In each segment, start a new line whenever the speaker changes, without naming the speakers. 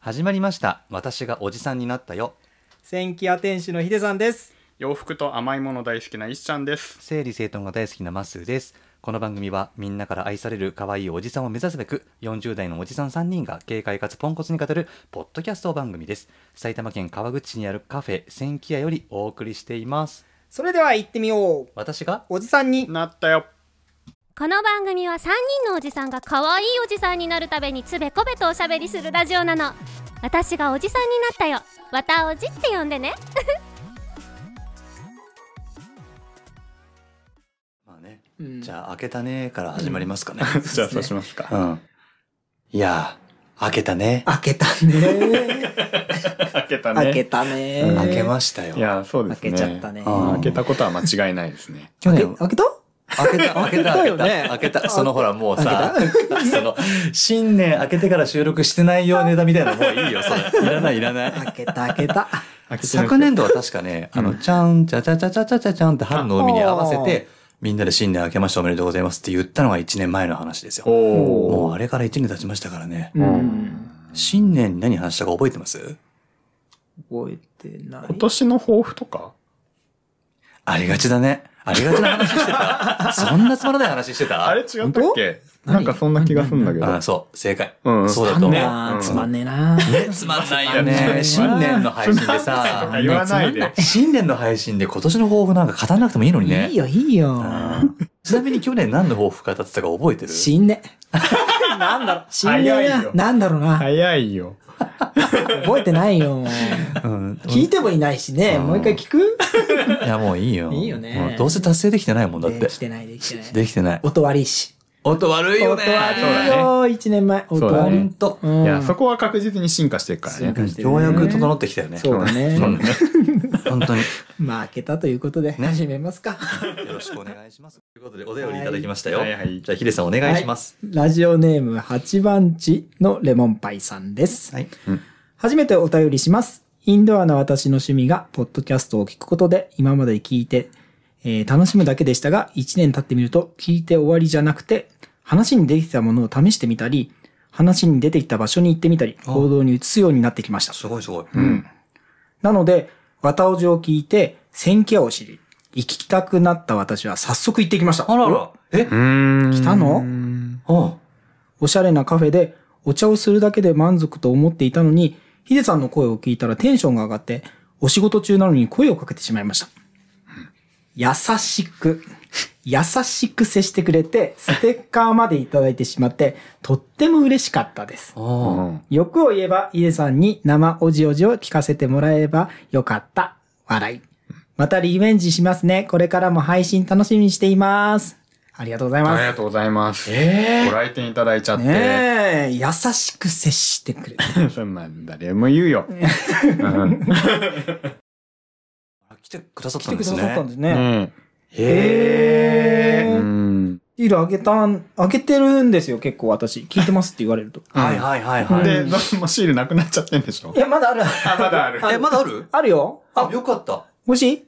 始まりました私がおじさんになったよ
千キア天使のヒデさんです。
洋服と甘いもの大好きなイシちゃんです。
整理整頓が大好きなマッスーですこの番組はみんなから愛される可愛いおじさんを目指すべく40代のおじさん3人が軽快かつポンコツに語るポッドキャスト番組です埼玉県川口市にあるカフェ千キ屋よりお送りしています
それでは行ってみよう。
私が
おじさんに。
なったよ。
この番組は3人のおじさんが可愛いおじさんになるためにつべこべとおしゃべりするラジオなの私がおじさんになったよわたおじって呼んでね
まあね
うん
じゃあ開けたねから始まりますかね、
じゃあそうしますか。
うん、いやー開けたね
開けたね。
開けたね。
開けたね
うん。開け
す。
ましたよ
いや、そうです
開
ね。
けちゃったね。
うん
開けたことは間違いないですね。
去
開け
年
開けた
開けた、 開けた、開
開
け
けた
た、
よね
開けた。そのほら、もうさ、 その、新年明けてから収録してないよネタみたいな、もういいよ、そ れ。いらない、いらない。
開けた開けた。
開けてみましょう
昨年度は確かね、あの、ちゃん、ちゃちゃちゃちゃちゃちゃちゃんって春の海に合わせて、みんなで新年明けましておめでとうございますって言ったのが1年前の話ですよ。
お
もうあれから1年経ちましたからね。
うん。
新年に何話したか覚えてます
覚えてない。
今年の抱負とか
ありがちだね。ありがちな話して た。そんなつまらない話してた
あれ違ったっけなんかそんな気がするんだけど。
あそう、正解。
うん
そうだと
なん
思う。
だ
うん
つまんねえな。
ね、つまんないよ
ね
ね。新年の配信で
と
さ
か、言わない
つまんな
で。
新年の配信で今年の抱負なんか語らなくてもいいのにね。
いいよいいよ。
うんちなみに去年何の抱負語ってたか覚えてる
死んね。なんだろう。死んねえ
早い
な
よ。
なんだろうな。
早いよ。
覚えてないよ。
うん
聞いてもいないしね。
うん
もう一回聞く
いや、もういいよ。
いいよね
もうどうせ達成できてないもんだっ
で
て。
きてないできてない。
できてない。
音悪いし。
音悪いよ
音
ね。
悪いよ。一年前。音
そうだ
ほ
悪い
ね。
んと。
うん
いや、そこは確実に進化してるから
進
ね
化。してる
ようやく整ってきたよね。
そう だね。
うん本当に。
まあ、開けたということで、
ね
始めますか。
よろしくお願いします。ということで、お便りいただきましたよ。
はいはい
じゃあ、ヒデさんお願いします。
ラジオネーム8番地のレモンパイさんです。
はい。
初めてお便りします。インドアな私の趣味が、ポッドキャストを聞くことで、今まで聞いて、えー楽しむだけでしたが、1年経ってみると、聞いて終わりじゃなくて、話に出てきたものを試してみたり、話に出てきた場所に行ってみたり、
あ
行動に移すようになってきました。
すごいすごい。
うん。
なので、綿おじを聞いて、千家を知り、行きたくなった私は早速行ってきました。
あらら。え
うん。
来たの
うん。
おしゃれなカフェでお茶をするだけで満足と思っていたのに、ヒデさんの声を聞いたらテンションが上がって、お仕事中なのに声をかけてしまいました。優しく、優しく接してくれて、ステッカーまでいただいてしまって、とっても嬉しかったです。
う
ああ。
ん。
欲を言えば、ヒデさんに生おじおじを聞かせてもらえばよかった。笑い。またリベンジしますね。これからも配信楽しみにしています。ありがとうございま
あ
す
り。がとうございます。
え
ご来店いただいちゃって。
ねえ、優しく接してくれて。
そんなん誰も言うよ。うん
え。来てくださっ
来
た
て
ん
く
で
だ
す
さった
ね。
んです
う
ね。
ん。
へえ
うん。
シールあげたん、あげてるんですよ、結構私。聞いてますって言われると。
はいはいはいはい。
で、どうもシールなくなっちゃってんでしょ
いや、まだある。
あ、ま だある。
え、まだある
あるよ。
あ、よかった。
もし
いや、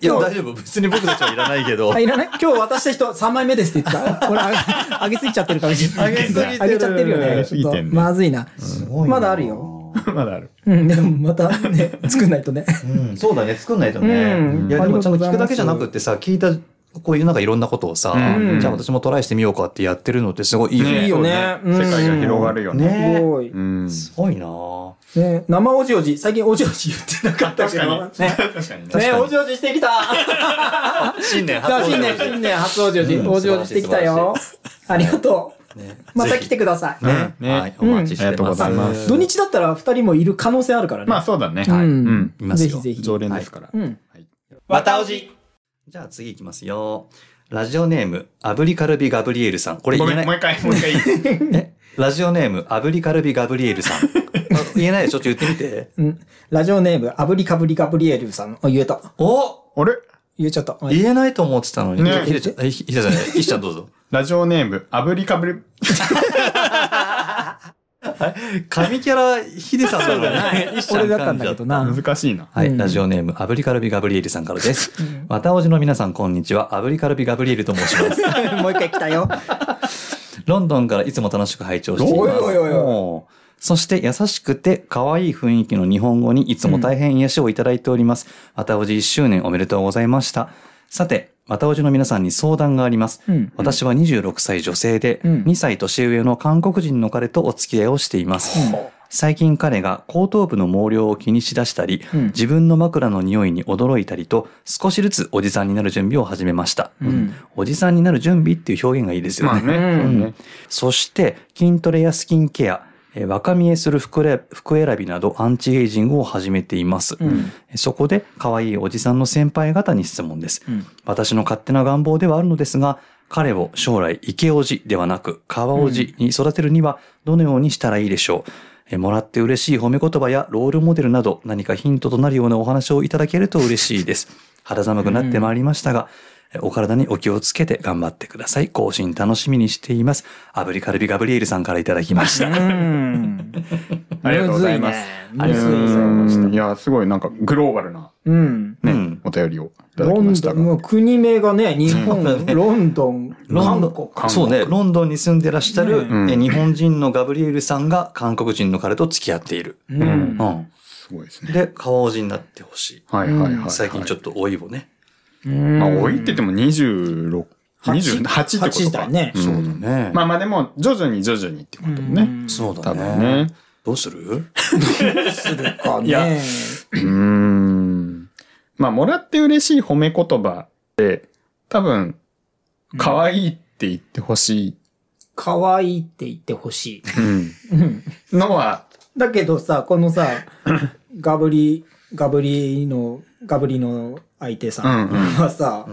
今日
大丈夫。別に僕たちはいらないけど。
あ、いらない今日渡した人3枚目ですって言ってた。これあげ、あげすぎちゃってるかもしれない。
あげすぎてる
あげちゃってるよ
あ
ね。
げ
ち
す
ょっ
ぎて
と
んね
まずいな。
すごいな
まだあるよ。
まだある。
うん、でもまたね、作んないとね。
うん、そうだね。作んないとね。
うん
いや、でもちゃんと
あ
聞く
りがとうございます
だけじゃなくってさ、聞いた、こういうなんかいろんなことをさ、
うん
じゃあ私もトライしてみようかってやってるのってすごいいいよね。
ねいいよ
そう
うん
世界が広がるよね。
す
ね
ごい。
うん。
すごいなぁ。
ね生おじおじ。最近おじおじ言ってなかったけど。ね。
確かにね。
ねおじおじしてきた。
新年
じゃあ
お
新
祝
年、
い
新年初おじおじ、
うん
おじおじしてきたよ。ありがとう。
ね
また
ぜ
来
ひ
てください。
ね
ね
はい、お待ちしてます。
ありがとうございます
土日だったら二人もいる可能性あるからね。
まあそうだね。
う
うんん。
います
ぜ
よ
ひぜひ。
常連ですから。
うん。
はい
またおじじゃあ次いきますよ。ラジオネーム、アブリカルビ・ガブリエルさん。これ
ご
言え
め、
なん
もう
い。
一回、もう一回いい。
えラジオネーム、アブリカルビ・ガブリエル さん。あ言えないでしょちょっと言ってみて。
うん。ラジオネーム、アブリカブリガブリエルさん。あ、言えた。
お
あれ
言えちゃった。
言えないと思ってたのに。
ね
ひでちゃん、えひひでちゃんじゃない、いっちゃんどうぞ。
ラジオネーム、炙りかぶり、
神キャラ、ヒデさんだろうね。
俺だったんだけどな。
難しいな。
はい、
うん
ラジオネーム、アブリカルビ・ガブリエルさんからです。わたおじの皆さん、こんにちは。アブリカルビ・ガブリエルと申します。
もう一回来たよ。
ロンドンからいつも楽しく拝聴しています。
おいおいおいおい
もうそして優しくて可愛い雰囲気の日本語にいつも大変癒しをいただいております。わたおじ1周年おめでとうございました。さて、わたおじの皆さんに相談があります。
うん
私は26歳女性で、
うん
2歳年上の韓国人の彼とお付き合いをしています。最近彼が後頭部の毛量を気にしだしたり、
うん
自分の枕の匂いに驚いたりと、少しずつおじさんになる準備を始めました。
うん
おじさんになる準備っていう表現がいいですよね。
まあね。
うん
ね
そして、筋トレやスキンケア、えー若見えする服れ服選びなどアンチエイジングを始めています。
うん
そこで、可愛いおじさんの先輩方に質問です。
うん
私の勝手な願望ではあるのですが、彼を将来、池おじではなく、川おじに育てるには、どのようにしたらいいでしょう、えーもらって嬉しい褒め言葉やロールモデルなど、何かヒントとなるようなお話をいただけると嬉しいです。肌寒くなってまいりましたが、えーお体にお気をつけて頑張ってください。更新楽しみにしています。アブリカルビガブリエルさんからいただき ました。
うん。
ありがとうございます
むずいね。むずい
うんいや、すごいなんかグローバルな
うん。
うん。
お便りをいただ
ロ
き
ン
まし
ド
た
ン、も
が。
う国名がね、日本、ロンドン、
ロンド
韓
ン
国。
韓国
そうね、ロンドンに住んでらっしゃる、
うん
え日本人のガブリエルさんが韓国人の彼と付き合っている。
う
うんん
う。ん。
すごいですね。
で、川おじになってほしい。
はいはいはいはい。
最近ちょっと老いをね。
うん
まあ、老いって言っても26、
八
28ってこと
八
か。
だね
ん
そうだね。
まあまあでも、徐々に徐々にってことね。
そうだ
多分
ね
ね。。
どうする
するか
いや
ね。
うーん。まあ、もらって嬉しい褒め言葉って、多分、可愛いって言ってほしい。
可愛いって言ってほし
うん。
い。うん。
のは、
だけどさ、このさ、ガブリ、ガブリの、ガブリの相手さん
うんうん
はさ、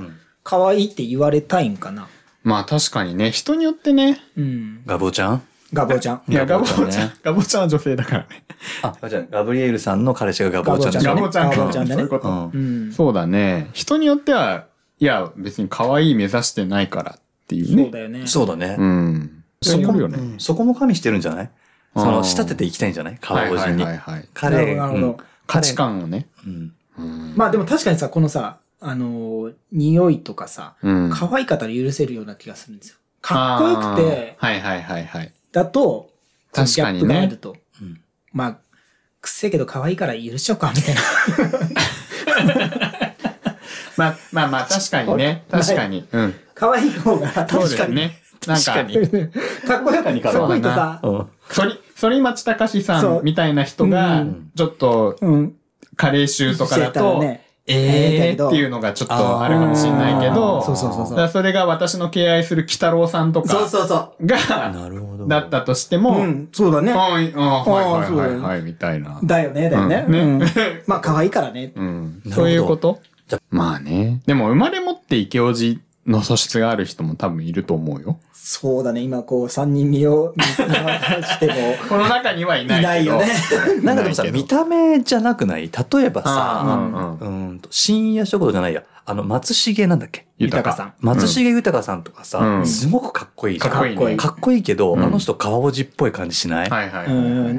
可愛いって言われたいんかな。
まあ確かにね、人によってね。
うん。
ガブオちゃん
ガボちゃん。
いや、
ガ
ガ
ボ
ボ
ち
ち
ゃんね
ゃん、ガボちゃんは女性だからね。
あ、じゃあガブリエルさんの彼氏がガブオちゃんだ
ガ
ガ
ね。
ボ
ボ
ち
ち
ゃ
ゃ
ん
ん
か
か。
ガボちゃんだね
そういうこ
う
と。
ん。
うん。
そうだね。人によっては、いや、別に可愛い目指してないからっていうね。
そうだよね。
そうだね
う。ん。
そ
そ
こ
こ
も
るよね。
そこも加味してるんじゃないそ
あ
の、
ー
仕立てていきたいんじゃない
は
川
い
お
は
じ
い
に
はい。はい。
彼、
なるほどなるほど
うん
価値。観をね。
彼うん
うん
まあでも確かにさ、このさ、あのー、匂いとかさ、
うん
可愛かったら許せるような気がするんですよ。かっこよくて、
あーはいはいはいはい。
だと、
確かに
ギャ
ね
ップがあると。
うん
まあ、くっせえけど可愛いから許しちゃおうか、みたいな。
まあまあまあ、確かにね。確かに。うん。
可愛い方が、 確
そうで
か
す
に。
ね。なん
確か
か、
に。うん
かっこよくて、かっこいいとさ、
反り、反町隆史さ
そうん
みたいな人
う
が、ちょっと、
うん。
加齢臭とかだ
してたら
と、
ねえ
え
ーだけど
ーっていうのがちょっとあるかもしれないけ
あーそう
ど、
そうそうそう
だからそれが私の敬愛する鬼太郎さんとか
そうそうそ
が、
なるほど。
だったとして
う。
も、
う
うん、
ん、そうだね。
はい、あーはい
そうだ
は
よ
い
ね
はいはい、みたいな。
だよね、だよね。
うんね
うんまあ、可愛いからね。
うん
なるほど
そういうこと
じゃ
まあね。でも生まれ持ってイケオジの素質がある人も多分いると思うよ。
そうだね、今こう、三人身を、見回して も、
この中にはいない
いないよね。
なんかでもさ、見た目じゃなくない例えばさ、
あーうんうん
うーんと、深夜食堂じゃないや。あの、松重なんだっけ
豊さん。
松重豊さんとかさ、
うん
すごくかっこいいじゃん。
かっこいいね
かっこいいけど、
うん
あの人、川おじっぽい感じしない、
はいはい、
う
はい
う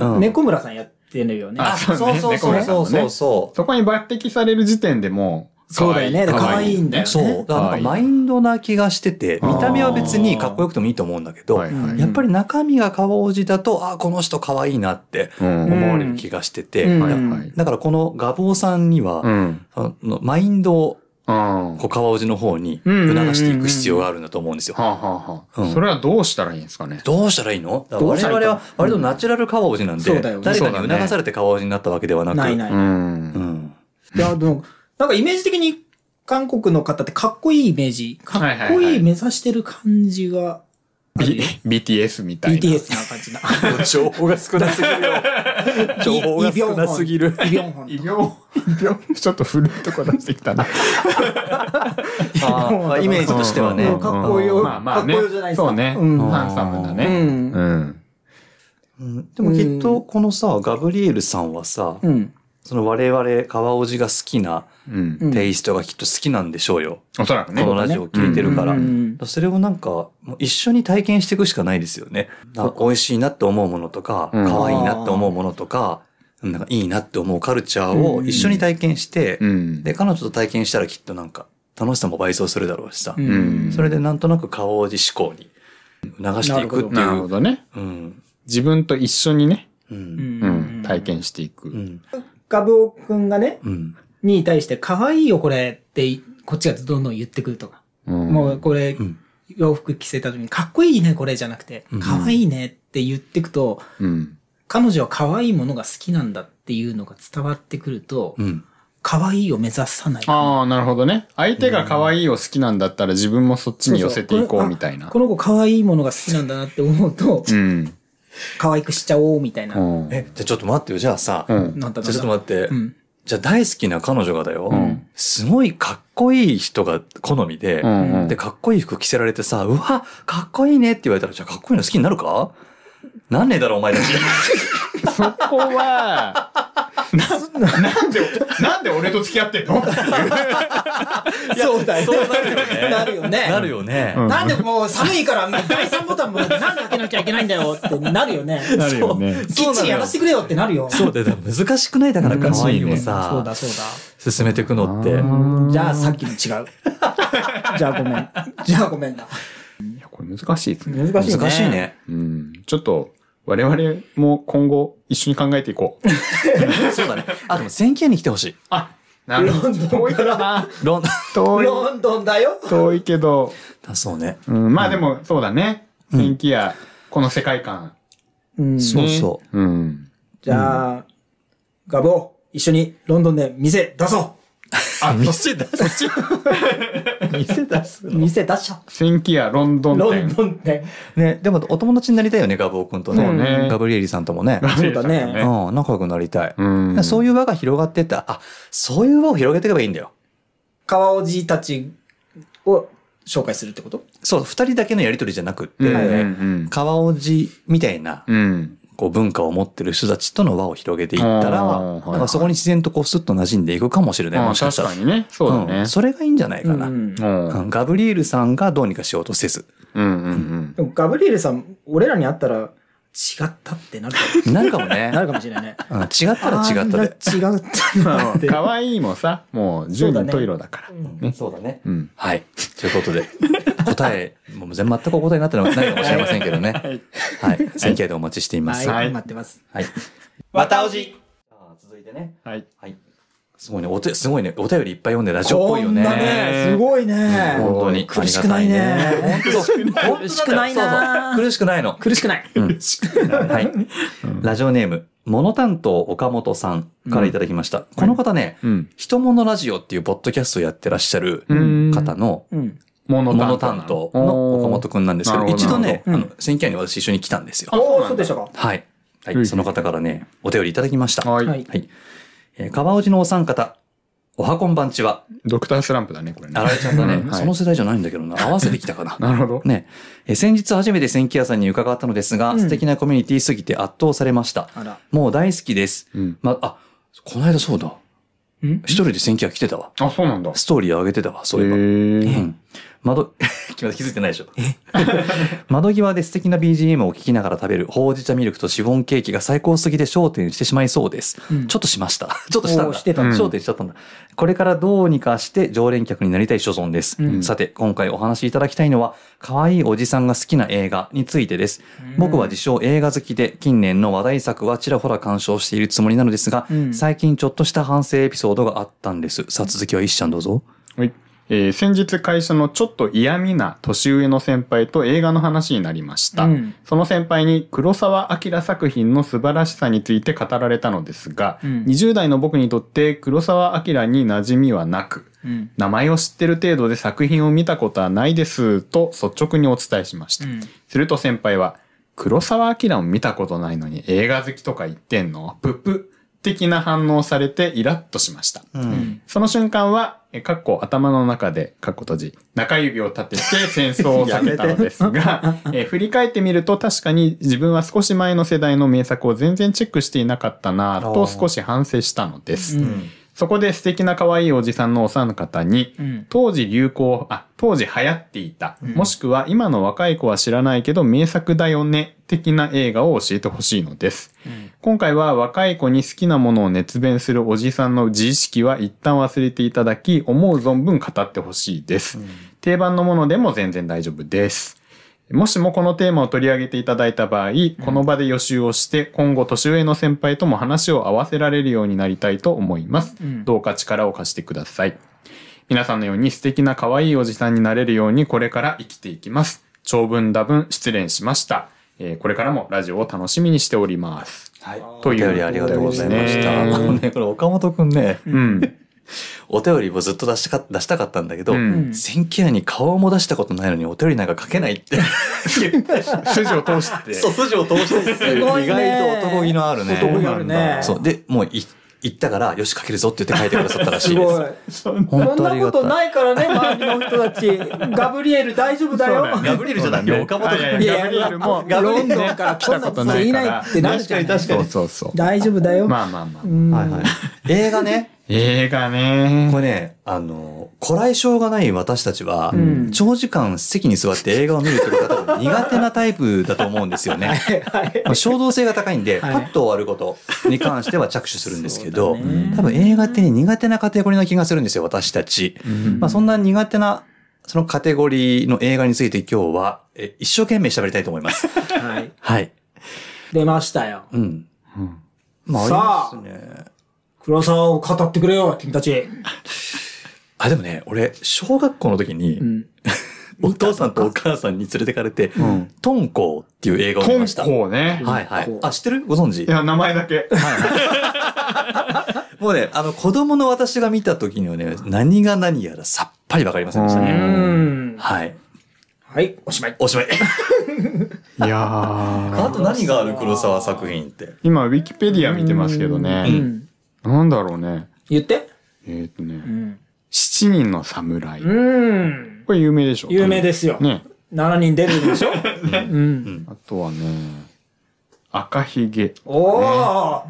ん
ん。猫村さんやってるよね。
あそうね猫村さんもね
そう。
そこに抜擢される時点でもう、
そうだよね。だから可愛いんだよね。
そう。だからなんかマインドな気がしてて、
あー
見た目は別にかっこよくてもいいと思うんだけど、
はいはい
やっぱり中身が川おじだと、あーこの人可愛いなって
うん
思われる気がしてて、
うん
だ
はいはい。
だからこの画坊さんには、
うん。
あのマインドを
うん。
こう川おじの方に促していく必要があるんだと思うんですよ
は。あ、はあ
う
は
ん
あ、それはどうしたらいいんですかね。
どうしたらいいのだから
どう
我
したらいい
々
か
は割とナチュラル川おじなんで、
そうだよね
誰か
そう
に
だね。。
促されて川おじになったわけではなく。
ないないう
うん ん。
いや、でも、なんかイメージ的に韓国の方ってかっこいいイメージ。か
はい
っ
はい
こ
はい
いい目指してる感じがある
B
よ。
BTS みたいな。
BTS な感じだ。
情報が少なすぎるよ。 情報が少なすぎる。
イビョンホン。
異病、異病、ちょっと古いとこ出して きたな。
あーまあイメージとしてはね。
うんかっこよ
まあまあね
かっこよじゃないですか
そうね。
うん
ハンサムだ
う
ね。
ん。
ん。
うんでもきっとこのさ、ガブリエルさんはさ、
うん。
その我々川おじが好きな
うん
う。ん
テイストがきっと好きなんでしょうよ。
おそらくね
こ。のラジオを聞いてるから。
うんうん
それをなんか、もう一緒に体験していくしかないですよね。なんか美味しいなって思うものとか、
うん
可愛いなって思うものとか、なんかいいなって思うカルチャーを一緒に体験して、
うん。
で、彼女と体験したらきっとなんか楽しさも倍増するだろうしさ、
うん
うん
それでなんとなく顔おじ思考に流していくってい
なる
う
ほ。どね。
うん。
自分と一緒にね、
うう。
うんん
うん、体験していく。
うん。
ガブオくんがね、
うん。
に対して、可愛いよこれって、こっちがどんどん言ってくるとか。
うん
もうこれ
ん、
洋服着せた時に、かっこいいねこれじゃなくて
うん、
可愛いねって言ってくと、
うん。
彼女は可愛いものが好きなんだっていうのが伝わってくると
う、ん。
可愛いを目指さない。
ああ、なるほどね。相手が可愛いを好きなんだったら自分もそっちに寄せていこうみたいな
こ。の子可愛いものが好きなんだなって思うと
う、ん。
可愛くしちゃおうみたいな。
う。
なん
え、じゃあちょっと待ってよ。じゃあさ、
う
じゃ
ん。
んだ
あ
なんだ
ちょっと待って
う。ん。
じゃあ大好きな彼女がだよ
うん。
すごいかっこいい人が好みで
う、んうん
で、かっこいい服着せられてさ、うわ、かっこいいねって言われたら、じゃあかっこいいの好きになるかなんねえだろ、お前たち。
そこは、ななんで、なんで俺と付き合ってんの
そうだよ。
そうなるよね
なるよね。
なるよね。
うん
なんでもう寒いから、第3ボタンもなんで開けなきゃいけないんだよってなるよね。
なるよね。
キッチンやらせてくれよってなるよ。
そうだよ。だから難しくないだから可愛いを
そうだ
さ、
そうだ。
進めていくのって。
じゃあさっきの違う。じゃあごめん。じゃあごめんだ。
いやこれ難しいですね。
難しいね。
難しい。ね。
うん。ちょっと、我々も今後一緒に考えていこう。
そうだね。あ、でも千家に来てほしい。
あ、なるほど。遠いからな。
ロン、
遠い、
ロンドンだよ。
遠いけど。
だそうね。
うん、まあでも、そうだね。天気や、この世界観。
うん。じ
そうそ
うん。
ゃあ、ガボ、一緒にロンドンで店出そ
あ、そっち
う。出す。店出す
う。。店出しちゃ
千キアロンド
う。
ン
ロ
店
ン。ドンで。
ね、でもお友達になりたいよね、ガブオ君と
そうね
ね。ガブリエリさんともね。
そうだね。
うん、仲良くなりたい。
うん。
そう
い
いう輪が広がってったら、あ、そういう輪を広げていけばいいんだよ。
川おじたちを紹介するってこと
そう、二人だけのやりとりじゃなくって、
うんうん
川おじみたいな、
うん。うん。
こう文化を持ってる人たちとの輪を広げていったら、
あーはい
なんかそこに自然とこうスッと馴染んでいくかもしれない。
まあ
もしかし
確
たら。
かにね。そうだね
ん。それがいいんじゃないかな。
うん
う。ん。う
うんんガブリエルさんがどうにかしようとせず。
うんうん。
でもガブリエルさん、俺らに会ったら、違ったってなるかも
なるかもね
な。るかもしれないね。
うん、違ったら違ったで。
あんな違ったなって。
可愛いもさ、もう十人十色だから。
そうだね。
うん。
はい。ということで、答え、もう全全くお答えになってないかもしれませんけどね。はい。先生でお待ちしています。
は、
はいい
待ってます。
はい。またおじ続いてね。
はい。
はい。すごいね。お手、すごいね。お便りいっぱい読んでラジオっぽいよね。
こんなね、すごいね。
本当に。
苦しくないね。
苦しくない。苦しくないな。そうそう苦しくないの。
苦しくない。
うんはい。ラジオネーム、モノ担当岡本さんからいただきました。この方ね、
うん。
人物ラジオっていうポッドキャストをやってらっしゃる
うん
方の、
うん。
モ
モノ担当の岡本くんなんですけど、
おーなるほど
一度ね、あ
なる
の、選挙に私一緒に来たんですよ。
おお、そうでしたか。
はい。は
うん
い。その方からね、お便りいただきました。
は。
はいい。
はい。えー、かばおじのお三方、おはこんばんちは。
ドクタースランプだね、これね
あ。られちゃんだね
う。んはい
その世代じゃないんだけどな。合わせてきたかな。
なるほど。
ね。えー、先日初めて千木屋さんに伺ったのですが、
うん
素敵なコミュニティすぎて圧倒されました。
あら。
もう大好きです。
うん。
ま、あ、この間そうだ。
ん
一人で千木屋来てたわ。
あ、そうなんだ。
ストーリー上げてたわ、そういえば。う
え。
ん。窓、 気づいてないでしょ。 窓際で素敵な BGM を聴きながら食べるほうじ茶ミルクとシフォンケーキが最高すぎて焦点してしまいそうです。
うん
ちょっとしました。 ちょっとしたん
おー
だ。
してた
うん
うん
焦点しちゃったんだ。これからどうにかして常連客になりたい所存です。
うん
さて、今回お話しいただきたいのは、可愛いおじさんが好きな映画についてです。僕は自称映画好きで、近年の話題作はちらほら鑑賞しているつもりなのですが、
うん
最近ちょっとした反省エピソードがあったんです。さあ続きは一ちゃんどうぞ。
はい。えー先日会社のちょっと嫌味な年上の先輩と映画の話になりました。
うん
その先輩に黒澤明作品の素晴らしさについて語られたのですが、
うん
20代の僕にとって黒澤明に馴染みはなく、
うん。
名前を知ってる程度で作品を見たことはないですと率直にお伝えしました。
うん
すると先輩は、黒沢明を見たことないのに映画好きとか言ってんのプップ的な反応をされてイラッとしました。
ん
その瞬間は、えかっこ頭の中で、かっこ閉じ、中指を立てて戦争を避けたのですが、 え振り返ってみると確かに自分は少し前の世代の名作を全然チェックしていなかったなぁと少し反省したのです。
うん
そこで素敵な可愛いおじさんのお三方に、
うん
当時流行、あ、当時流行っていた、
ん
もしくは今の若い子は知らないけど名作だよね、的な映画を教えてほしいのです。今回は若い子に好きなものを熱弁するおじさんの自意識は一旦忘れていただき、思う存分語ってほしいです。定番のものでも全然大丈夫です。もしもこのテーマを取り上げていただいた場合、この場で予習をして、今後年上の先輩とも話を合わせられるようになりたいと思います。
うん
どうか力を貸してください。皆さんのように素敵な可愛いおじさんになれるようにこれから生きていきます。長文多文失礼しました。えーこれからもラジオを楽しみにしております。
はい。
と
お
いう
便りありがとうございました。
ね
もうね、これ岡本くんね、
うん。
お便りもずっと出したか出したかったんだけど、
うん
センキュアに顔も出したことないのにお便りなんか書けないって。
筋を通し て。
そう、筋を通してです
すごいね
意外と男気のあるね。
男気あるね
そう、で、もうい行ったから、よし、書けるぞって言って書いてくださったらし
す
いです。
ごい。
本
そん
当あ
な
り
こ
が
と
たい。
ないからね、周りの人たち。ガブリエル大丈夫だよ。
そうだ
ガブリエルじゃない
そうだね
岡本君
いや
いや
いやガブリエル
あ
も、
ガブリエルねロンドンから
来たことないか
来たことな
ら。
いってなるじゃん
確かに。そうそうそう。
大丈夫だ よ。
まあまあまあ
う。ん
はいはい。映画ね、
映画ね
こ。れね、あの、こらえ性がない私たちは、
ん
長時間席に座って映画を見るという方が苦手なタイプだと思うんですよ ね。まあ衝動性が高いんで、
はい
パッと終わることに関しては着手するんですけど、
そうだね
多分映画ってね苦手なカテゴリーな気がするんですよ、私たち。まあ、そんな苦手な、そのカテゴリーの映画について今日は、え一生懸命喋りたいと思います。
はい。
はい。
出ましたよ。
うん。ま
さあ
あ、ありますね。
黒沢を語ってくれよ、君たち。
あ、でもね、俺、小学校の時に、
ん
お父さんとお母さんに連れてかれて、トンコーっていう映画を見ました。
本校ね。
はいは
トン
い
コ。ー
あ、知ってるご存知
いや、名前だけ。
もうね、あの、子供の私が見た時にはね、何が何やらさっぱりわかりませんでした
う
ね。
ん。
はい。
はい、おしまい。
おしまい。
い やー
あと何がある黒沢作品って。
今、ウィキペディア見てますけど
う
ね。
ん。
なんだろうね。
言って。
えっと
う
ね。
ん。
七人の侍。
うん。
これ有名でしょ
有名ですよ。
ね。
7人出るでしょうん。
あとはね、赤ひげ。
おー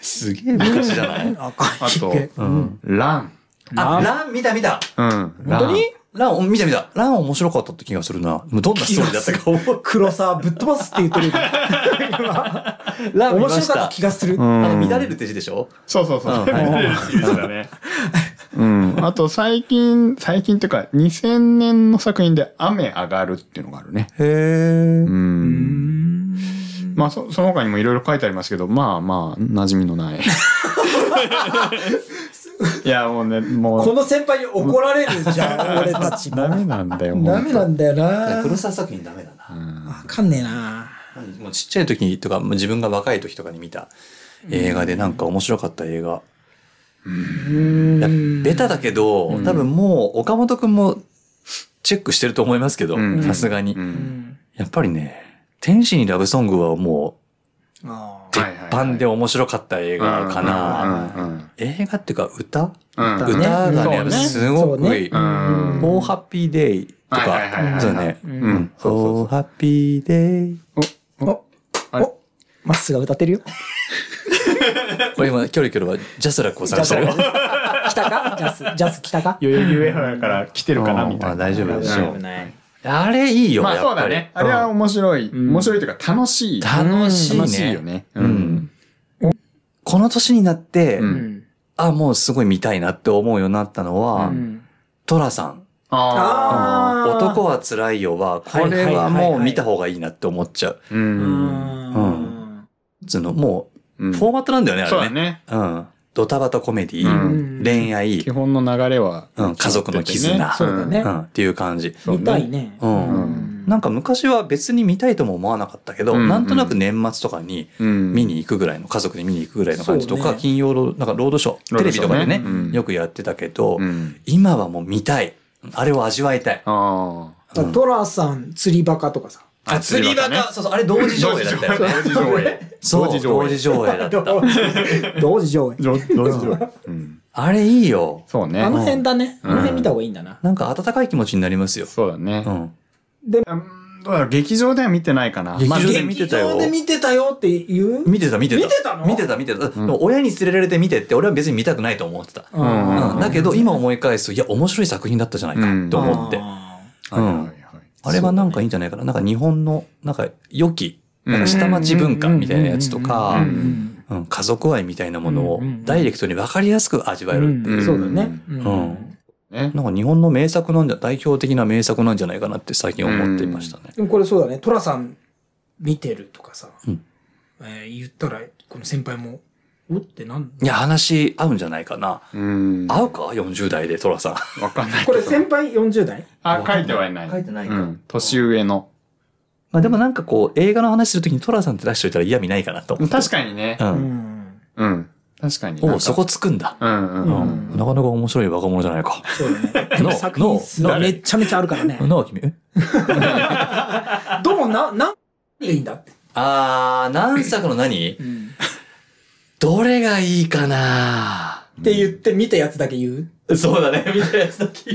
すげえ昔じゃない
赤
あ
ひ
と
げ。、
ラン。
あ、ラン見た見た。
うん。
本当に
ラン、見た見た。ラン面白かったって気がするな。もうどんなストーリーだったか覚
黒沢ぶっ飛ばすって言ってる。今
えラン見
面
ま
白
し
かったた。気がする。
う
は
あ
ん
の、乱れるって字でしょ
そうそうそう。
うんはい
うん。あと最近、最近っていうか、2000年の作品で雨上がるっていうのがあるね。
へえ
う。ん。まあそ、その他にもいろいろ書いてありますけど、まあまあ、馴染みのない。いや、もうね、も
こ
う、
の先輩に怒られるじゃん、俺たち。
ダメなんだよ、もう。
ダメなんだよな
黒沢作品ダメだな。
わかんねえな
もうちっちゃい時とか、もう自分が若い時とかに見た映画でなんか面白かった映画。いやベタだけど、多分もう岡本くんもチェックしてると思いますけど
うん、
さすがに
う。。
うんん。
やっぱりね、天使にラブソングはもう、
あー
鉄
はいはいはい
板で面白かった映画かな。
うんうん
映画っていうか歌
うんうん。
歌がね、やっぱすご
そう
くいい。
ね
うん
もうハッピーデイと
はいはいはいは
か、
い
そうね。
う。
うんん。そうそうそう
おハッピーデイ。
お、
あれ
お、まっすーが歌ってるよ。
これ今、キョロキョロはジャスラックを探してる。
来たかジャス、ジャス来たか
代々木上原から来てるかなみた
ま
い
あ
な。
大丈夫でしょう。
ない。
あれいいよ。
まあ
や
そう
っぱ
だ
り
ね。あれは面白い。
ん
面白いというか楽しい。
楽しいね
楽しいよね。う。
うんん。この年になって
う、
うんん。
あ、もうすごい見たいなって思うようになったのは
う、
トラさん。
あ
あー
男は辛いよは、これはもう見た方がいいなって思っちゃう。
あ。う。
うんん。
その、も
う
う、
ん
フォーマットなんだよね、あ
そう
れ
だ
ね。
ね。
うん。ドタバタコメデ
う
ィ、
ん
恋愛
基、本の流れは。
うん家族の絆
そうだね
う。んっていう感じ。
うん
見たいね。
うん
うん
なんか昔は別に見たいとも思わなかったけど、
うんうん
なんとなく年末とかに
うん。
見に行くぐらいの、家族で見に行くぐらいの感じと
そう
か、
ね
金曜ロード、なんかロードショー、
ロ
テ
ード
レ
シ
ビ
ョーね
とかでね、
うん
よくやってたけど、
うん。
今はもう見たい。あれを味わいたい。
ああ。
だからトラさん、釣りバカとかさ。
あ
あ、釣りバカ、
釣りバカね
そうそう、あれ同時上映だったよね。
同時上映。
そう、
同
同
時
時
上映。
上映だった。
同時上映。
同時上映。うん。
あれいいよ。
そうね
あ。の辺だね。あ
ん
の辺見た方がいいんだな。
なんか温かい気持ちになりますよ。
そうだね
う。ん。
うんどうだろう劇場では見てないかな。
劇場
まあ
で見てたよ
劇場で見てたよって言う
見てた見てた。
見てたの
見てた見てた。でも親に連れられて見てって、俺は別に見たくないと思ってた。
う
うん
うんだけど今思い返すと、いや、面白い作品だったじゃないかと思って。うん
あ
はいはいはい
あれはなんかいいんじゃないかな。なんか日本の、なんか良き、
うん
なんか下町文化みたいなやつと
う
か
ーう、ん
うん家族愛みたいなもの
う
を
んうんうん
ダイレクトに分かりやすく味わえるっていう。
うんそうだね。う
うんん
ね。
なんか日本の名作なんじゃ、代表的な名作なんじゃないかなって最近思っていましたね。
でもこれそうだね、トラさん見てるとかさ、
うん
えー言ったら、この先輩も、おってなん
いや、話合うんじゃないかな。
うん。
合うか ?40 代で、トラさん。
わかんない
こ
け
れ
ど。
先輩40代
あ、書いてはいない。
書いてないか
うん。年上の。
まあでもなんかこう、映画の話するときにトラさんって出しといたら嫌味ないかなと思って。
確かにね。
う。
うんん。
うん。確かに。
おうそこつくんだ。
うんうんうん。
うん
なかなか面白い若者じゃない か。
そうだね。
ノー
作品数
ノー
めちゃめちゃあるか らね。
なあ、君。え
どうもな、なんでいいんだって。
あー、何作の何どれがいいかな
って言って見たやつだけ言う。
そうだね、みたいなやつだけ言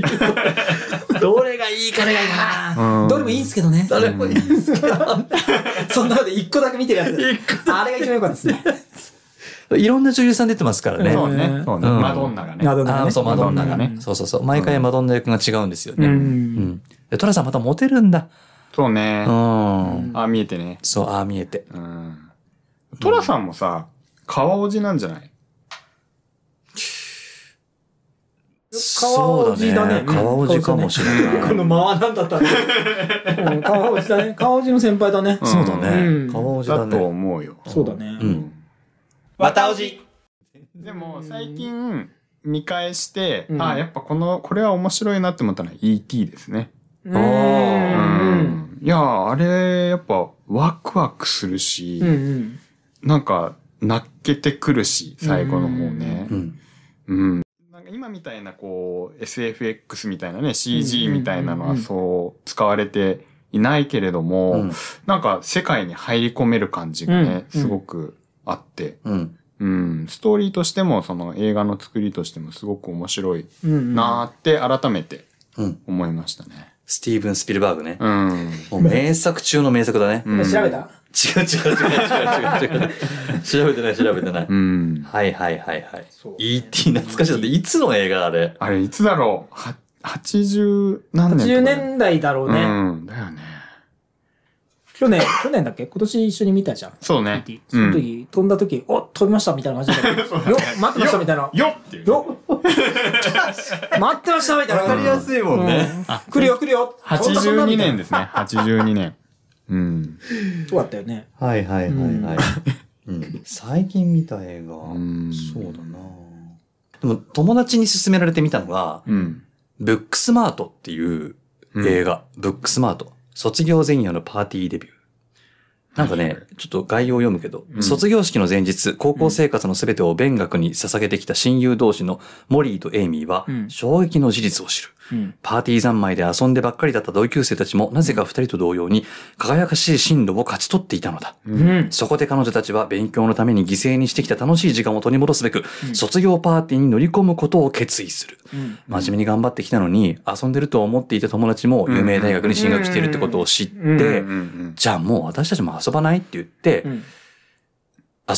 うどれがいいかね
うん
どれもいいんすけどね。
どれもいいんすけど。
そんなので一個だけ見てるやつ。あれが一番良かったですね。
いろんな女優さん出てますからね。
そうね。そうね。
うん
マドンナがね。
なるほどね
あーそう、マドンナが
マドンナが
ね。
ね
そうそうそう。毎回マドンナ役が違うんですよね。
う。
うんん。で、トラさんまたモテるんだ。
そう
う
ね。
ん。
あ、見えてね。
そう、ああ見えて。
うん。トラさんもさ、川おじなんじゃない
川おじだ
そ
ね
う川おじかもしれない。
この間は何だったのうん川おじだね。川おじの先輩だね。
そうだ
うん
ね。川おじだ
だと
ね。
思うよ。
そうだね。
うん
またおじ
でも、最近、見返して、
うん
あ、やっぱこの、これは面白いなって思ったのは ET ですね。
うんうん
うんいやー、あれ、やっぱ、ワクワクするし、
うん。
なんか、泣けてくるし、最後の方ね。
うん。
うん。なんか今みたいな、こう、SFX みたいなね、CG みたいなの
うん
は
うんうん
そう、使われていないけれども、
うん
なんか世界に入り込める感じがね、
うん
すごくあって、
うん。
うん、ストーリーとしても、その映画の作りとしてもすごく面白い
うん
なーって改めて
うん。
思いましたね。
スティーブン・スピルバーグね。
うん。
もう名作中の名作だね。
うん
調べた
違う違う違う違う違う違う。調べてない調べてない。
うん。
はいはいはいはい
そう。
E.T. 懐かしい。だっていつの映画あれ。
あれ、いつだろうは ?80 何年とか
80年代だろうね。
うん、だよね。
去年、去年だっけ今年一緒に見たじゃん。
そうね。
その時、飛んだ時、お飛びましたみたいな感じだったよ。よ待ってましたみたいな。
うん、よっっていう。
よ 待ってましたみたいな。わかりやすいもんね。来るよ来るよ。。
82年ですす ね。82年。うん。
そうだったよね。
はいはい。
はいはい
うん、最近見た映画、
ん
そうだなでも友達に勧められてみたのが、
うん。
ブックスマートっていう映画、ブックスマート。卒業前夜のパーティーデビュー。なんかね、ちょっと概要を読むけど、
うん
卒業式の前日、高校生活の全てを勉学に捧げてきた親友同士のモリーとエイミーは
うん、
衝撃の事実を知る。
うん。
パーティー三昧で遊んでばっかりだった同級生たちも、なぜか二人と同様に、輝かしい進路を勝ち取っていたのだ。
うん。
そこで彼女たちは勉強のために犠牲にしてきた楽しい時間を取り戻すべく、卒業パーティーに乗り込むことを決意する。
うん
真面目に頑張ってきたのに、遊んでると思っていた友達も有名大学に進学しているってことを知っ
うん
て
うん、うん
じゃあもう私たちも遊ばないって言って
う、ん。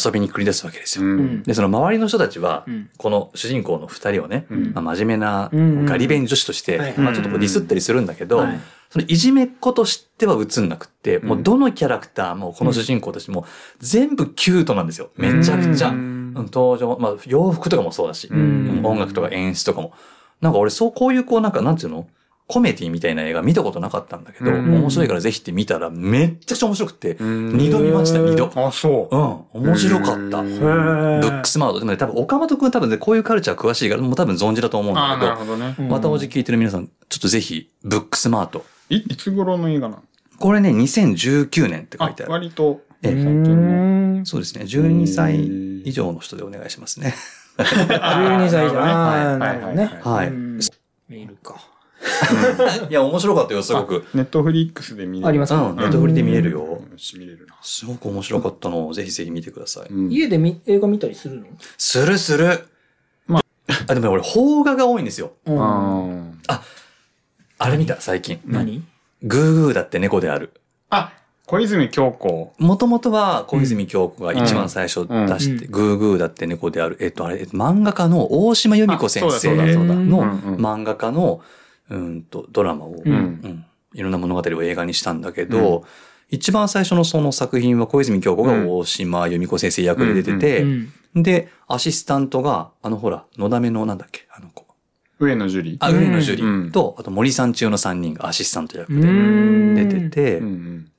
遊びに繰り出すわけです
う
よ。
ん。
で、その周りの人たちは
うん、
この主人公の二人をね、
うん
まあ真面目な
うん
ガリ勉女子として
はい、
まあちょっとこうディスったりするんだけど
はい、
そのいじめっ子としては映んなくって、もううんどのキャラクターもこの主人公たちも全部キュートなんですよ。めちゃくちゃ。
う
うん登場、まあ洋服とかもそうだし、
ん
音楽とか演出とかも。なんか俺そうこういうこうなんかなんていうのコメディみたいな映画見たことなかったんだけど、
うん
面白いからぜひって見たらめっちゃくちゃ面白くて、
うん
二度見ました、
へー
二度。
あ、そう。
うん、面白かった。
へ
ブ
ー
ックスマート。でもね、多分岡本くん多分ね、こういうカルチャー詳しいから、もう多分存じだと思うんだ
あー
け
なる
ど、
ほどね。
またおじ聞いてる皆さん、ちょっとぜひ、ブックスマート。
いいつ頃の映画なの
これね、2019年って書い
あ
て、ある。
割と。
ええ
う
最近の
ん。
そうですね、12歳
うん
以上の人でお願いしますね。
12歳じゃん
あー
あー
なるほどね
なるほどね
はい。
うんメールか。
いや、面白かったよ、すごく。
ネットフリックスで見れる。
あります
うん、ネットフリで見れるよ。
うん。よし見れるな。
すごく面白かったのを、ぜひぜひ見てください。
うん
家でみ映画見たりするの
するする。
ま
あ、でもね俺、邦画が多いんですよ。
う
あー
あれ見た、最近。
何
グーグーだって猫である。
あ、小泉京子。
もともとは小泉京子が一番最初出して、
う
グーグーだって猫である。えっと、あれ、えっと漫画家の大島由美子先
あそうだ
生
そうだ
の
うんうん
漫画家の、うんと、ドラマを、
うん
うんいろんな物語を映画にしたんだけど、一番最初のその作品は小泉京子が大島由美子先生役で出てて、
うん
で、アシスタントが、あのほら、のだめのなんだっけ、あの子。
上野樹里。
あ、上野樹里、
うん
と、あと森さん中の3人がアシスタント役
う
で
ん
出てて、
うん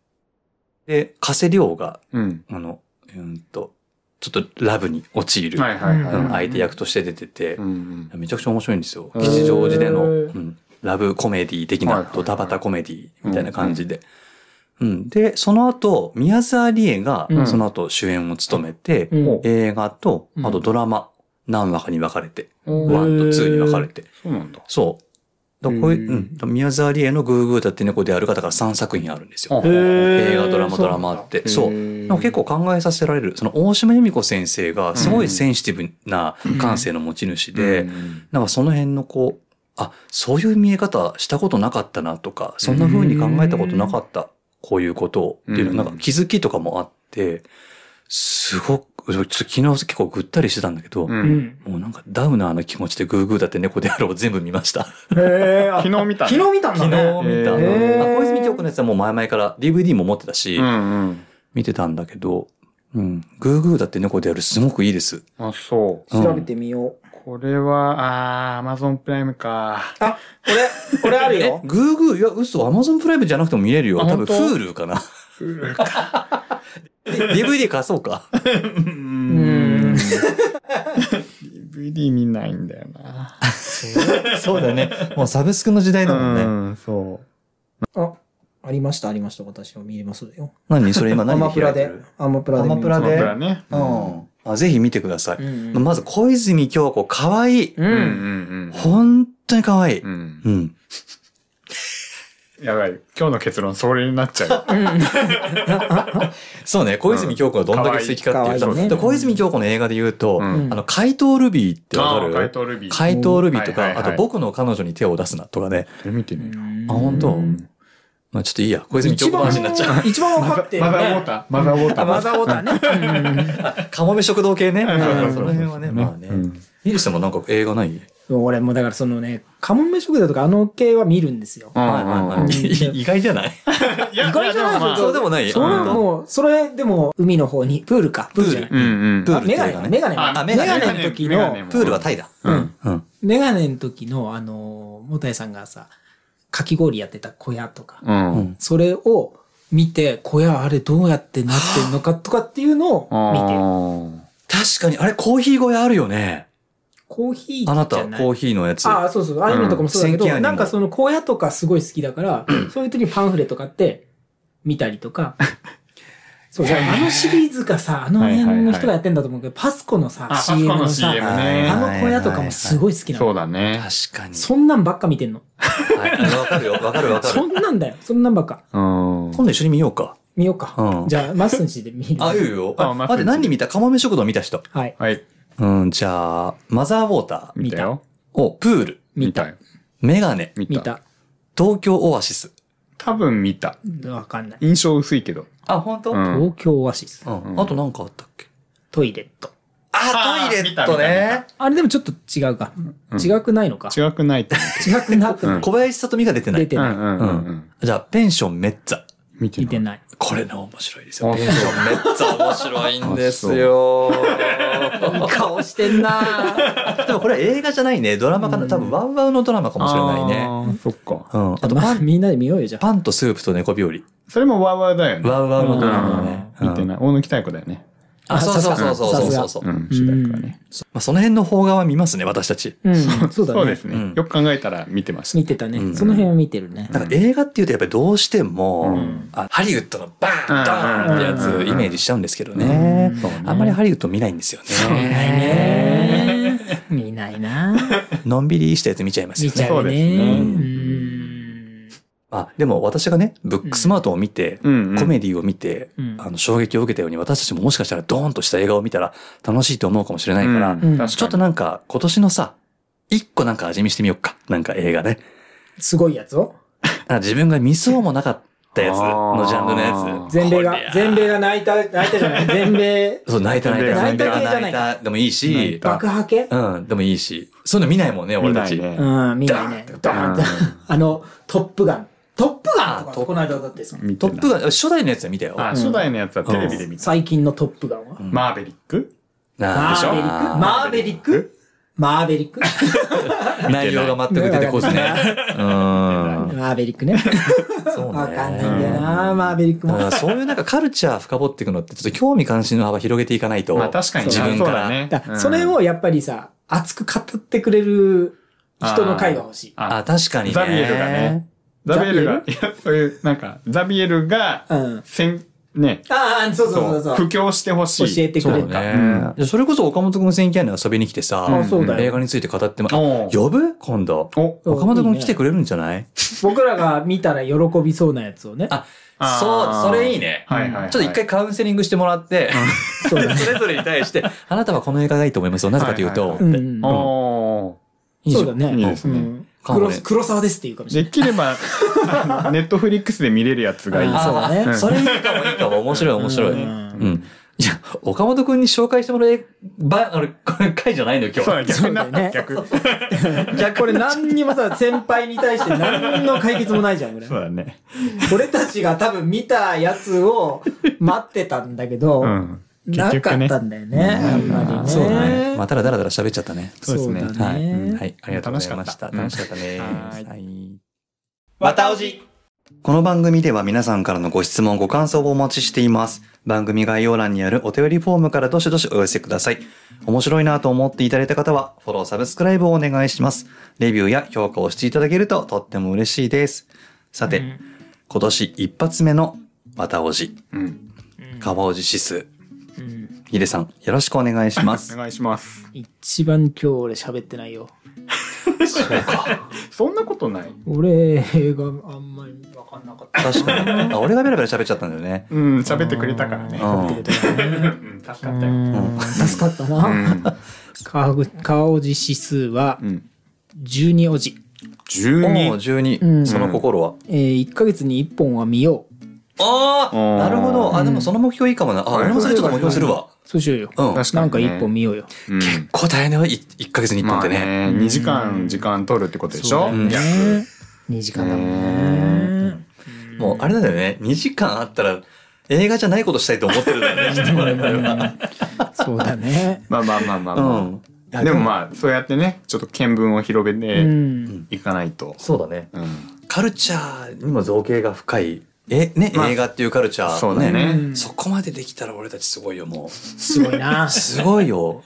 で、加瀬亮が、
うん。
あの、うーんと、ちょっとラブに陥
う
る、
ん。はいは
あ
い
の
はい。
相手役として出てて、
うんうん
めちゃくちゃ面白いんですよ。
へー
吉祥寺での、うんラブコメディ的
は
な
いはいはい
ドタバタコメディみたいな感じで。うん、で、その後、宮沢りえが
う、ん
その後主演を務めて、
うん
お
映画と
う、ん
あとドラマ、何話かに分かれて、
お
1と2に分かれて。
そうなんだ。
そう。だからこういう
へー
うんだから宮沢りえのグーグーだって猫である方から3作品あるんですよ。映
映
画、ドラマ、ドラマあって。そう。
う
でも結構考えさせられる。その大島由美子先生がすごいセンシティブな感性の持ち主で、なんかその辺のこう、あ、そういう見え方したことなかったなとか、そんな風に考えたことなかった、こういうことをっていう
うん
の、なんか気づきとかもあって、すごく、ちょっと昨日結構ぐったりしてたんだけど、
う。
うんん。
もうなんかダウナーな気持ちでグーグーだって猫であろう全部見ました。
へー
昨日見たね
昨日見たんだ
昨日見
ね。
た。
へー
あ小泉京子のやつはもう前々から DVD も持ってたし、
うんうん。
見てたんだけど、うん、グーグーだって猫であるすごくいいです。
あ、そう。
うん
調べてみよう。
これは、あー、アマゾンプライムか。
あ、これ、これあるよ
え。グーグー、いや、嘘、アマゾンプライムじゃなくても見れるよ。
あ
多分、
本当
Hulu かな。DVD 貸そうか。
うん。
DVD 見ないんだよな。
そうだね。もうサブスクの時代だもんね。
ん、そう。
あ、ありました、ありました。私も見れますよ。
何それ今
ア
何
マプラ
開いて
で
る。
アマプラで見れ
アマ
ます。
ア
プ
マ
ラ
プ
で
ラね。
うん。あ、ぜひ見てください。
うん
まず、小泉京子、かわいい。
う。
うんん
本当にかわいい
うんう。
う
ん。
ん。
うん。やばい。今日の結論、それになっち ゃう。
そうね、小泉京子がどんだけ素敵かっていうと、
うん可愛い
で小泉京子の映画で言うと、
うん
あの、怪盗ルビーってわか
あー怪
る
盗ルビー。
怪盗ルビーとか、
はいはいはい
あと僕の彼女に手を出すなとかね。
それ見てね。
あ、本当、
うん
まあちょっといいや。小泉京子
一
の
番
話になっち ゃう。、
一番分
マ
か
ザ
って
ー
る
マ
ね。
ザーウォーター。マザーウォータ
あ
ー。
マザーウォーターね。
かもめ食堂系ね。
う
うんんそ
そうそうそう
の辺はね、まあね。
うん
ミルさんもなんか映画ない
うん俺もだからそのね、カモメ食堂とかあの系は見るんですよ。
うん
はいはいはい
う ん
い意外じゃない
いや
意外じゃない
やで
そ
も
うでもない
それは
うん
もう、それでも海の方に、プールか、プールじゃない
プール。
まあうんうん
プールっ
メ
て
ガ
映
ネ
画
か、
ね。
メガネか。
あ
メ
メ
ガ
ガネ
ネの時
メガネメガネ
の
も、
プールはタイだ。
うん。
うん。
メガネの時の、あの、もたえさんがさ、かき氷やってた小屋とか、
うん。
それを見て、小屋あれどうやってなってんのかとかっていうのを見てる。
見
確かに、あれコーヒー小屋あるよね。
コーヒーじゃ
あ
な
な
い
た、コーヒーのやつ。
ああ、そうそう。アニメとかもそうだけど、
うん千切りアニメ
なんかその小屋とかすごい好きだから、そういう時にパンフレとかって見たりとか。そう、じゃああのシリーズがさ、あの辺の人がやってんだと思うけど、パスコのさ、
あ、パス
CM
コの
のさ、
CM
はい
あ
ね。
の小屋とかもすごい好きな
そう
の。
だね。
確かに。
そんなんばっか見てんの。
はいあのわかるよ。わかるわか
そ
る。
んなんだよ。そんなんばっか。
うん。
今度一緒に見ようか。
見ようか。
うん
じゃあ、マッスンチで見る。
あ、いいよ。
あ
あ、
まあ
待って、何見たカモメ食堂見た人。
はい。
はい。
うん、じゃあ、マザーウォーター
見たよ。
を、プール、
見た。
よ。
メガネ、
見
見
た。
た。
東京オアシス。
多分見た。
わかんない。
印象薄いけど。
あ、本当
う
うん。
ん
東京オアシス。
あとなんかあったっけ
トイレット。
あ、
あー
トイレットね。
あれでもちょっと違うか。
ん
違くないのか。
違くないと思
違くなっても
小林里美が出てな
出
い。
て
う。う
ない
ん。うん
う
うん
ん。じゃあ、ペンションメッツァ。
うん。見て
見てな
ない。
い。
これね、面白いです
あ
よ。
そう
ペンションメッツァ面白いんですよ。
いい顔してんな
でもこれは映画じゃないね。ドラマかな。多分、ワウワウのドラマかもしれないね。
ね。そっか。
うん。あと、
ま
パ
あ、
ン、
みんなで見ようよ、じゃあ。
パンとスープと猫日和。
それもワーワーだよね。
ワウワウのドラマだね。
うん見て
うん
ない。大貫妙子だよね。
あ、そうそうそうそうそうそうそう。
う
ま
ん、主題歌ね。
あ、その辺の邦画は見ますね、私たち。
うん、そうだ
そうで
ね。
す
うん
ね。よく考えたら見てました。
見てた
う
ね。
ん
その辺は見てるね。
なんか映画っていうとやっぱりどうしても、
うん
あハリウッドのバーンドーンってやつ
うん
イメージしちゃうんですけどね、
そうね
あんまりハリウッド見ないんですよ
見ない
ね。
ね。見ない な。
のんびりしたやつ見ちゃいます
見
よ
ち
ね
ゃ。う
そうで
ね。
すね
うん
あでも私がね、ブックスマートを見て、
うんうん
コメディを見て、
うん
あの衝撃を受けたように私たちももしかしたらドーンとした映画を見たら楽しいと思うかもしれないから、
ん
確かに
ちょっとなんか今年のさ、一個なんか味見してみようか。なんか映画ね。
すごいやつを
あ自分が見そうもなかったやつのジャンルのやつ。
全米が
こりゃ、
全米が泣いた、泣いたじ ゃない全米、
そう、泣いた泣いた。
泣いた系じゃない
泣いたでもいい
泣
し
い、た
爆破系
うん、でもいいし。そういうの見ないもんね、俺
見
た
ない
ち。
う
ね。
ん、見ないね。ドーンと。あの、トップガン。トップガ
あ
ンと
ト
か
ップ
この間だってさ、
見て
ト
ない
ップガン、初代のやつは見たよ。
あ、初代のやつはテレビで見た。
最近のトップガンは。
マーベリック
な
マ
あでしょ
ーベリックマーベリックマーベリック
内容が全く 出てこずね。うん。
マーベリックね。
そう
わ
ね。
かんないんだよな、マーベリック
だか
も。
らそういうなんかカルチャー深掘っていくのってちょっと興味関心の幅広げていかないと。
まあ確かにな
自分か
そうだ
ら。
ね
だそれをやっぱりさ、熱く語ってくれる人の会が欲しい。
あ、
あ、
確かにね。
ザビエルがね。ザビエルが、いや、そういう、なんか、ザビエルが、
うん。
せん、ね、
ああ、そうそうそうそ
布
う。
教してほしい。
教えてく
そ
れ
う
た。
ね。それこそ岡本くん選挙案に遊びに来てさ、
あそうだよ
映画について語っても、あ
おう
呼ぶ今度。
お、
そう
岡本く
いい
ん
ね
来てくれるんじゃない
僕らが見たら喜びそうなやつをね。
あ、
あー
そう、それいいね。
はいはいはい
ちょっと一回カウンセリングしてもらって、
そうだね。
それぞれに対して、あなたはこの映画がいいと思いますよ。なぜかという
はい
と
は
う、ん。
おー
いいじ
そ
ゃ
うんだね。
いいですね
うん
かもね
黒す黒沢ですっていうかもしれ
できれば、 ネットフリックスで見れるやつがいい。
あそうだね
あそれいいかもいいかも。面白い面白い。
う
うんん。いや、岡本くんに紹介してもらえ、ば、あれ、これ回じゃないのよ今
そう
日。
だ、逆に
そうだよ
な、
ね
逆。そ
ない。じゃあこれ何にもさ、先輩に対して何の解決もないじゃん、これ。
うだね。
俺たちが多分見たやつを待ってたんだけど、
うん。
な
結
かっ
局ね。
たんだよね、あんまりね。
そうだね。まあただだらだら喋っちゃったね。
そうですね
そうだ
はい。
ね
うんはい。ありがとうございました。楽
楽
し
し
かったね。
はい
はい。
またおじ
この番組では皆さんからのご質問、ご感想をお待ちしています。番組概要欄にあるお便りフォームからどしどしお寄せください。面白いなと思っていただいた方は、フォロー、サブスクライブをお願いします。レビューや評価をしていただけるととっても嬉しいです。さて、今年一発目のまたおじ、
うん。
川おじ指数。
うん
ヒデさん、よろしくお願いしま
お
す。
願いします。
一番今日俺喋ってないよ。
そんなことない。
俺、映画あんまり分かんなかった。
確かに。あ、俺がベラベラ喋っちゃったんだよね。
うん、喋ってくれたからね。
うん
ってことだね。
うん、助かった
う
よ。
ん助かったな。川口川おじ指数は
うん。
12おじ。
もう
12。
12、
うん
その心は。
えー、1ヶ月に1本は見よう。
ああ
ー
なるほど。あ、でもその目標いいかもな。あ、俺もそれちょっと目標するわ。
そうしようよ。
うん。
確かにね
なんか1本見ようよ。
うん
結構大変だよ、い一ヶ月に一本
ま
っ
あ
てね。
ね、2時間時間取るってことでしょ
そうだ
約
ね2時間だもんね。
もうあれなんだよね、2時間あったら映画じゃないことしたいと思ってるんだよね、きっと我々は。
そうだね。
まあまあまあまあ
う
ま
ん。
あ。でもまあ、そうやってね、ちょっと見聞を広げ
う
て
ん。
いかないと。
そうだね。
うん。
カルチャーにも造形が深い。え、ね、
まあ
映画っていうカルチャー。
そうだね。
そこまでできたら俺たちすごいよ、もう。
すごいな。
すごいよ。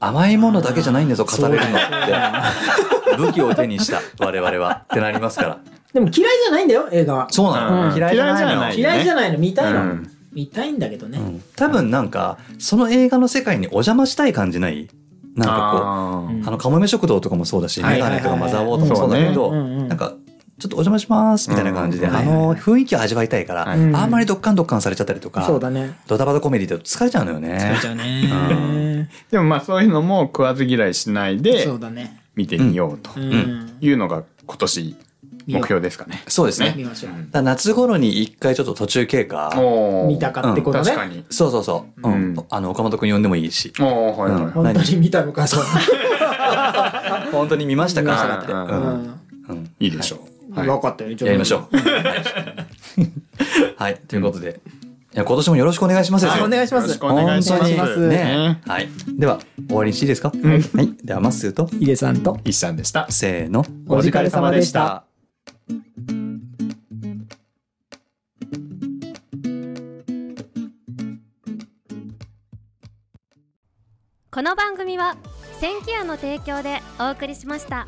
甘いものだけじゃないんだぞ、語れるのって。武器を手にした、我々は。ってなりますから。
でも嫌いじゃないんだよ、映画は。
そうなの、
うん
嫌いじゃないの
嫌いじゃない
嫌いじゃないの、見たいうの
ん。
見たいんだけどね。
多分なんか、その映画の世界にお邪魔したい感じないなんかこう。
あー
あの、かもめ食堂とかもそうだし、
は
メ
い
ガ
はいはい
ネとかマザーウォーとかもそうだけど、
うんうんうん
なんか、ちょっとお邪魔しますみたいな感じで、
うん
あの、雰囲気を味わいたいから、
は
あ
い
んまりドッカンドッカンされちゃったりとか、
そうだね。
ドタバタコメディだと疲れちゃうのよね。
じゃあね。
でもまあそういうのも食わず嫌いしないで
そうだね。
見てみようと
うん。
いうのが今年目標ですかね。
そうですね。
見ましょ
だから夏頃に一回ちょっと途中経過。
う。
お
見たかってことね。
確かに。
そうそうそう。うん
うん
あの、岡本くん呼んでもいいし。
おおはいはい。
本当に見たのか、そう。
本当に見ました
見ま
か
し
ったて。
か
う
うんん。
うん
いいでしょう。はい
分かったよ、
やりましょう。はい。ということで、いや今年もよろしくお願いしますですよ
お願いします
よろしくお願いし
お願いしま
ますす。
ね
ね。
はい。では、終わりにしていいですか、はい。では、まっすーと、
う。ヒデさんと。
一さんでした。
せーの。
お疲れ様でした。
この番組は「センキュア」の提供でお送りしました。